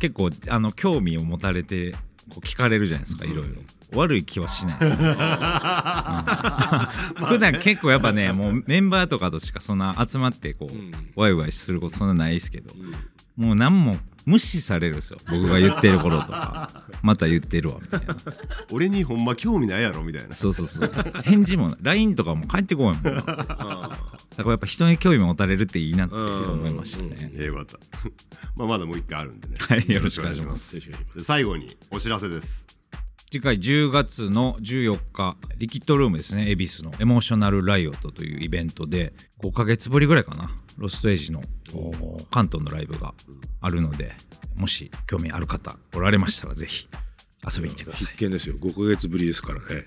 Speaker 4: 結構あの興味を持たれてこう聞かれるじゃないですかいろいろ悪い気はし ないです普段結構やっぱねもうメンバーとかとしかそんな集まってこう、ワイワイすることそんなないですけどもう何も無視されるんですよ僕が言ってる頃と かまた言ってるわみたいな
Speaker 2: 俺にほんま興味ないやろみたいな
Speaker 4: そうそうそう返事も LINE とかも返ってこないもん だか
Speaker 1: あ
Speaker 4: らやっぱ人に興味持たれるっていいなって思いました
Speaker 1: うん
Speaker 4: ね
Speaker 2: ええよかった まあまだもう一回あるんでね
Speaker 4: はいよろしくお願いします
Speaker 1: ー失礼しました
Speaker 2: で最後にお知らせです
Speaker 4: 次回10月の14日リキッドルームですね恵比寿のエモーショナルライオットというイベントで5ヶ月ぶりぐらいかなロストエイジのおー関東のライブがあるのでもし興味ある方おられましたらぜひ遊びに来てください
Speaker 1: 必見ですよ5ヶ月ぶりですからね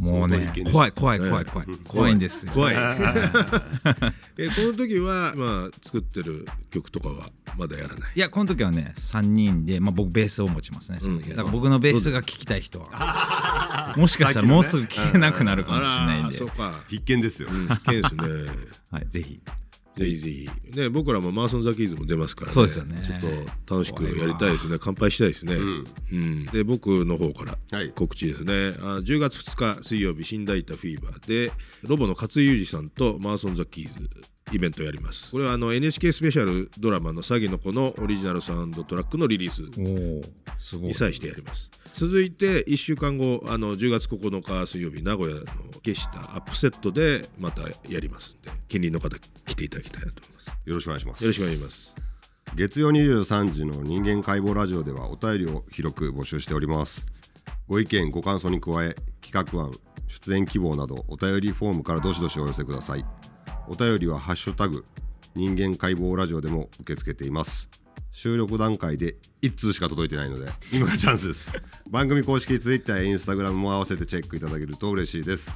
Speaker 4: も
Speaker 2: 相当
Speaker 4: うね
Speaker 2: 必見です
Speaker 4: 怖い怖い怖い怖い怖いんですよ
Speaker 1: 怖い
Speaker 2: は
Speaker 1: えこの時はまあ作ってる曲とかはまだやらない
Speaker 4: いやこの時はね3人で、まあ、僕ベースを持ちますねその時
Speaker 1: うん
Speaker 4: だから僕のベースが聴きたい人は
Speaker 2: い
Speaker 4: もしかしたらもうすぐ聴けなくなるかも
Speaker 1: あ
Speaker 4: しれない
Speaker 1: ら
Speaker 4: ん
Speaker 1: ー
Speaker 4: で
Speaker 1: そう、か、
Speaker 2: 必見ですよ
Speaker 1: うん、危険ですね
Speaker 4: はい、ぜひ
Speaker 1: ぜひぜひね僕らもマーソン・ザ・キーズも出ますから、ね、
Speaker 4: そうですよね
Speaker 1: ちょっと楽しくやりたいですね乾杯したいですね、
Speaker 2: うん
Speaker 1: うん、で僕の方から
Speaker 2: はい
Speaker 1: 告知ですねあ10月2日水曜日「新大板フィーバー」でロボの勝井裕二さんとマーソン・ザ・キーズイベントやりますこれはあの NHK スペシャルドラマの「詐欺の子」のオリジナルサウンドトラックのリリース
Speaker 4: おおすごい
Speaker 1: に際してやります続いて1週間後あの10月9日水曜日名古屋の下下アップセットでまたやりますんで近隣の方来ていただきたいなと思います
Speaker 2: よろしくお願いします
Speaker 1: よろしくお願いします
Speaker 2: 月曜23時の人間解剖ラジオではお便りを広く募集しておりますご意見ご感想に加え企画案出演希望などお便りフォームからどしどしお寄せくださいお便りは「ハッシュタグ人間解剖ラジオ」でも受け付けています収録段階で1通しか届いてないので今がチャンスです番組公式 Twitter や Instagram も合わせてチェックいただけると嬉しいです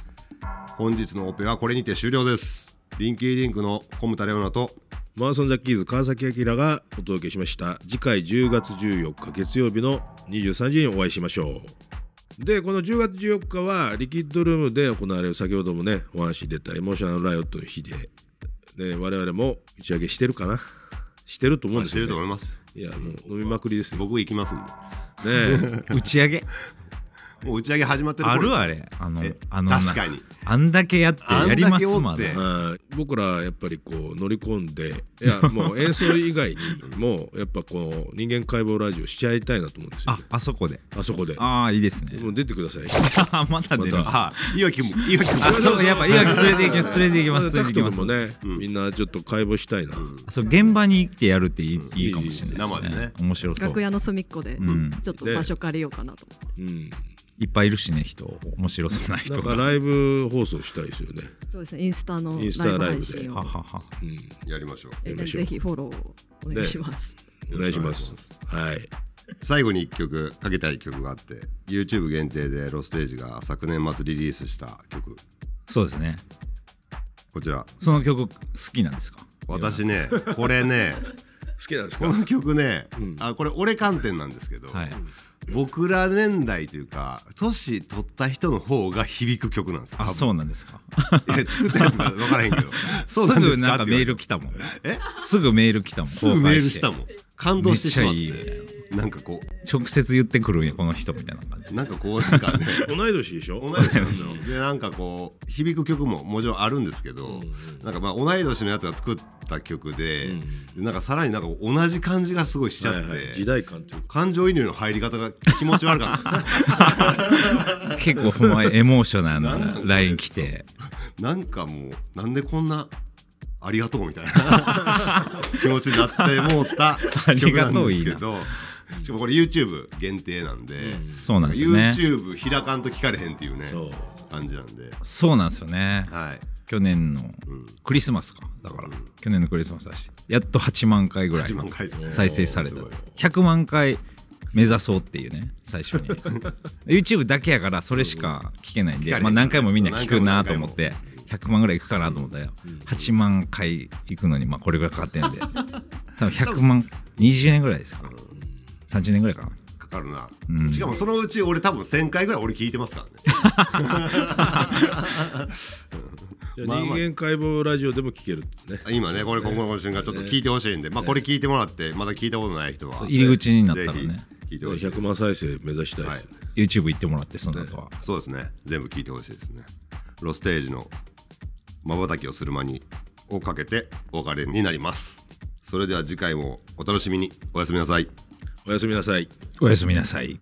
Speaker 2: 本日のオペはこれにて終了ですリンキーリンクの小牟田レオナと
Speaker 1: マーソン・ザ・ッキーズ川崎明がお届けしました次回10月14日月曜日の23時にお会いしましょうでこの10月14日はリキッドルームで行われる先ほどもねお話に出たエモーショナルライオットの日で、ね、我々も打ち上げしてるかなしてると思
Speaker 2: ま
Speaker 1: うん
Speaker 2: あ
Speaker 1: で
Speaker 2: し
Speaker 1: す
Speaker 2: て
Speaker 1: よ、
Speaker 2: る
Speaker 1: ね
Speaker 2: と、思います
Speaker 1: いやもう飲みまくりですよね
Speaker 2: 僕行きますんで
Speaker 1: え
Speaker 4: 打ち上げ
Speaker 2: もう打ち上げ始まってる
Speaker 4: ある
Speaker 2: わ
Speaker 4: あれあの
Speaker 2: え
Speaker 4: あの
Speaker 2: 確かに
Speaker 4: あんだけやってやります
Speaker 2: あんだ
Speaker 4: ま
Speaker 2: けおって
Speaker 4: だ
Speaker 1: はい僕らやっぱりこう乗り込んでい やもう演奏以外にもやっぱこの人間解剖ラジオしちゃいたいなと思うんですよ、
Speaker 4: あ
Speaker 1: ね、
Speaker 4: あそこで
Speaker 1: あそこで
Speaker 4: ああいいで すね
Speaker 1: もう出てください
Speaker 4: また出る
Speaker 1: また
Speaker 2: あいわきもいわきも
Speaker 4: あそうやっぱいわき連れて行 きます連れて行きます
Speaker 1: タクト君も
Speaker 4: 連
Speaker 1: ね、
Speaker 2: うん
Speaker 1: みんなちょっと解剖したいな、
Speaker 2: うん
Speaker 4: そう現場に来てやるっていい,、
Speaker 1: うん
Speaker 4: いいかもしれない
Speaker 2: いいいい生でね
Speaker 4: 面白そう
Speaker 7: 楽屋の隅っこで
Speaker 4: うん
Speaker 7: ちょっと場所借りようかなと。
Speaker 1: うん、
Speaker 4: いっぱいいるしね人面白そうな
Speaker 1: な
Speaker 4: 人
Speaker 1: んか
Speaker 4: が
Speaker 1: ライブ放送したいですよね、
Speaker 7: そうですね。インスタのラ
Speaker 1: イン
Speaker 7: イ
Speaker 1: スタ
Speaker 7: ブ
Speaker 1: ライブ
Speaker 7: 配
Speaker 1: で
Speaker 7: 信
Speaker 4: は
Speaker 7: を
Speaker 4: はは
Speaker 1: う
Speaker 2: やりましょ
Speaker 1: や
Speaker 7: え
Speaker 1: りましょう
Speaker 7: ぜひフォローお願いします。
Speaker 1: ん、お願いしますはいう
Speaker 2: 最後に一曲かけたい曲があって YouTube 限定でロステージが昨年末リリースした曲
Speaker 4: そうですね
Speaker 2: こちら
Speaker 4: その曲好きなんですか
Speaker 2: 私ねこれ ね
Speaker 1: 好きなんで す
Speaker 2: この曲ね、
Speaker 1: うん
Speaker 2: あこれ俺観点なんですけど、
Speaker 4: はい
Speaker 2: 僕ら年代というか年取った人の方が響く曲なんですよ
Speaker 4: あそうなんですか
Speaker 2: 多分いや作ったやつが分からへんけど
Speaker 4: す
Speaker 2: そうなんですか
Speaker 4: ぐなんか
Speaker 2: って
Speaker 4: メ
Speaker 2: 言われ
Speaker 4: ール
Speaker 2: て
Speaker 4: 来たもん
Speaker 2: え
Speaker 4: すぐメール来たもん
Speaker 2: すぐメールした
Speaker 4: ん
Speaker 2: もん感
Speaker 4: め
Speaker 2: 動
Speaker 4: っ
Speaker 2: して
Speaker 4: ち
Speaker 2: し
Speaker 4: ゃ
Speaker 2: まっ
Speaker 4: いいみたい
Speaker 2: てなんかこう
Speaker 4: な直接言ってくるんやこの人みたいな感じ
Speaker 2: なんかこうなんかね
Speaker 1: 同い年でしょ
Speaker 2: 同い年なんですよでなんかこう響く曲ももちろんあるんですけど、
Speaker 1: うん
Speaker 2: なんかまあ同い年のやつが作った曲で、
Speaker 1: うん
Speaker 2: なんかさらになんか同じ感じがすごいしちゃって、
Speaker 1: はいはい時代感というか
Speaker 2: 感情移入の入り方が気持ち悪かったんで
Speaker 4: 結構ほんまエモーショナル
Speaker 2: なんなんこ
Speaker 4: な
Speaker 2: れ
Speaker 4: LINE 来て
Speaker 2: すなんかもうなんでこんなありがとうみたいな 気持ちになってもうた
Speaker 4: あり
Speaker 2: 曲
Speaker 4: が
Speaker 2: なん
Speaker 4: とう
Speaker 2: です
Speaker 4: いい
Speaker 2: け
Speaker 4: な
Speaker 2: どしかもこれ YouTube 限定なんで、
Speaker 4: そうなんですよね
Speaker 2: YouTube 開かんと聞かれへんっていうね
Speaker 1: そう
Speaker 2: 感じなんで
Speaker 4: そうなんですよね
Speaker 2: はい、
Speaker 4: 去年の
Speaker 2: うん、
Speaker 4: クリスマスかだから
Speaker 2: うん
Speaker 4: 去年のクリスマスだしやっと8万回ぐらい
Speaker 2: 8万回です
Speaker 4: 再生された
Speaker 2: おーす
Speaker 4: 100万回目指そうっていうね最初 に YouTube だけやからそれしか聞けないん
Speaker 2: 聞
Speaker 4: で、
Speaker 2: かれへん
Speaker 4: まあ、何回もみんな聞くなと思って
Speaker 2: 何
Speaker 4: 100万ぐらいいくかなと思ったら8万回いくのにまあこれぐらいかかってん で多分100万20年ぐらいですか30年ぐらいかな
Speaker 2: かかるな、
Speaker 4: うん
Speaker 2: しかもそのうち俺多分1000回ぐらい俺聞いてます からね
Speaker 1: じゃ
Speaker 2: ま
Speaker 1: あ
Speaker 2: あま
Speaker 1: 人
Speaker 2: あ
Speaker 1: 間解剖ラジオでも聞けるってね
Speaker 2: 今ねこれ今後の瞬間ちょっと聞いてほしいんで、まあこれ聞いてもらってまだ聞いたことない人は
Speaker 4: そう入り口になったらね
Speaker 2: ぜひ聞いてほしい
Speaker 1: 100万再生目指したいですね、
Speaker 4: YouTube 行ってもらってその後は
Speaker 2: そうですね全部聞いてほしいですねロステージの「まばたきをする間に」をかけてお別れになりますそれでは次回もお楽しみにおやすみなさい
Speaker 1: おやすみなさい
Speaker 4: おやすみなさい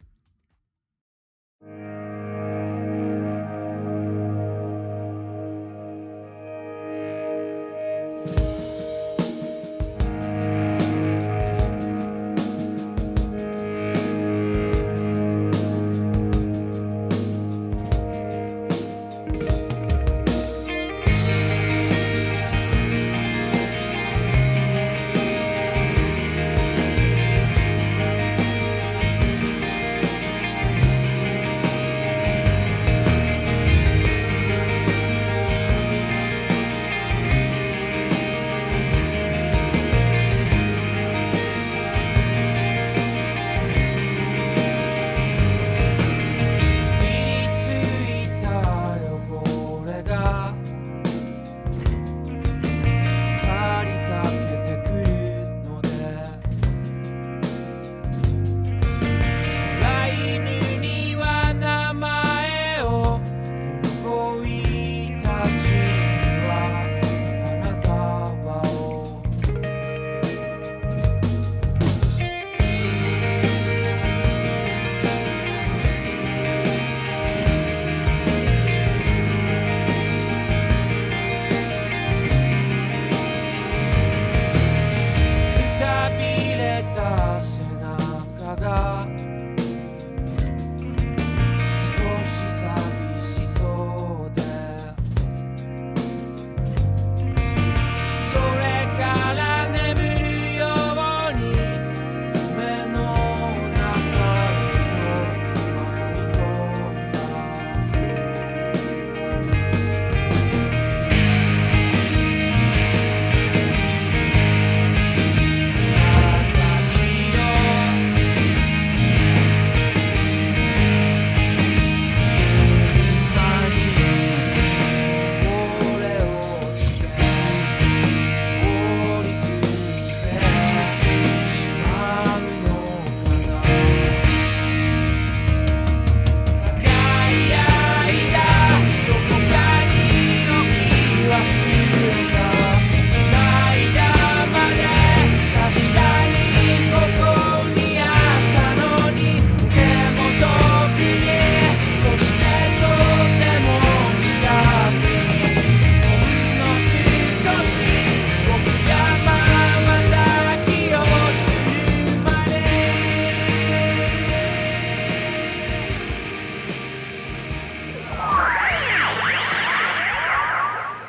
Speaker 8: 「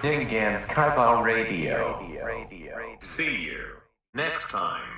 Speaker 3: Dingan Kaiba Radio. See you next time.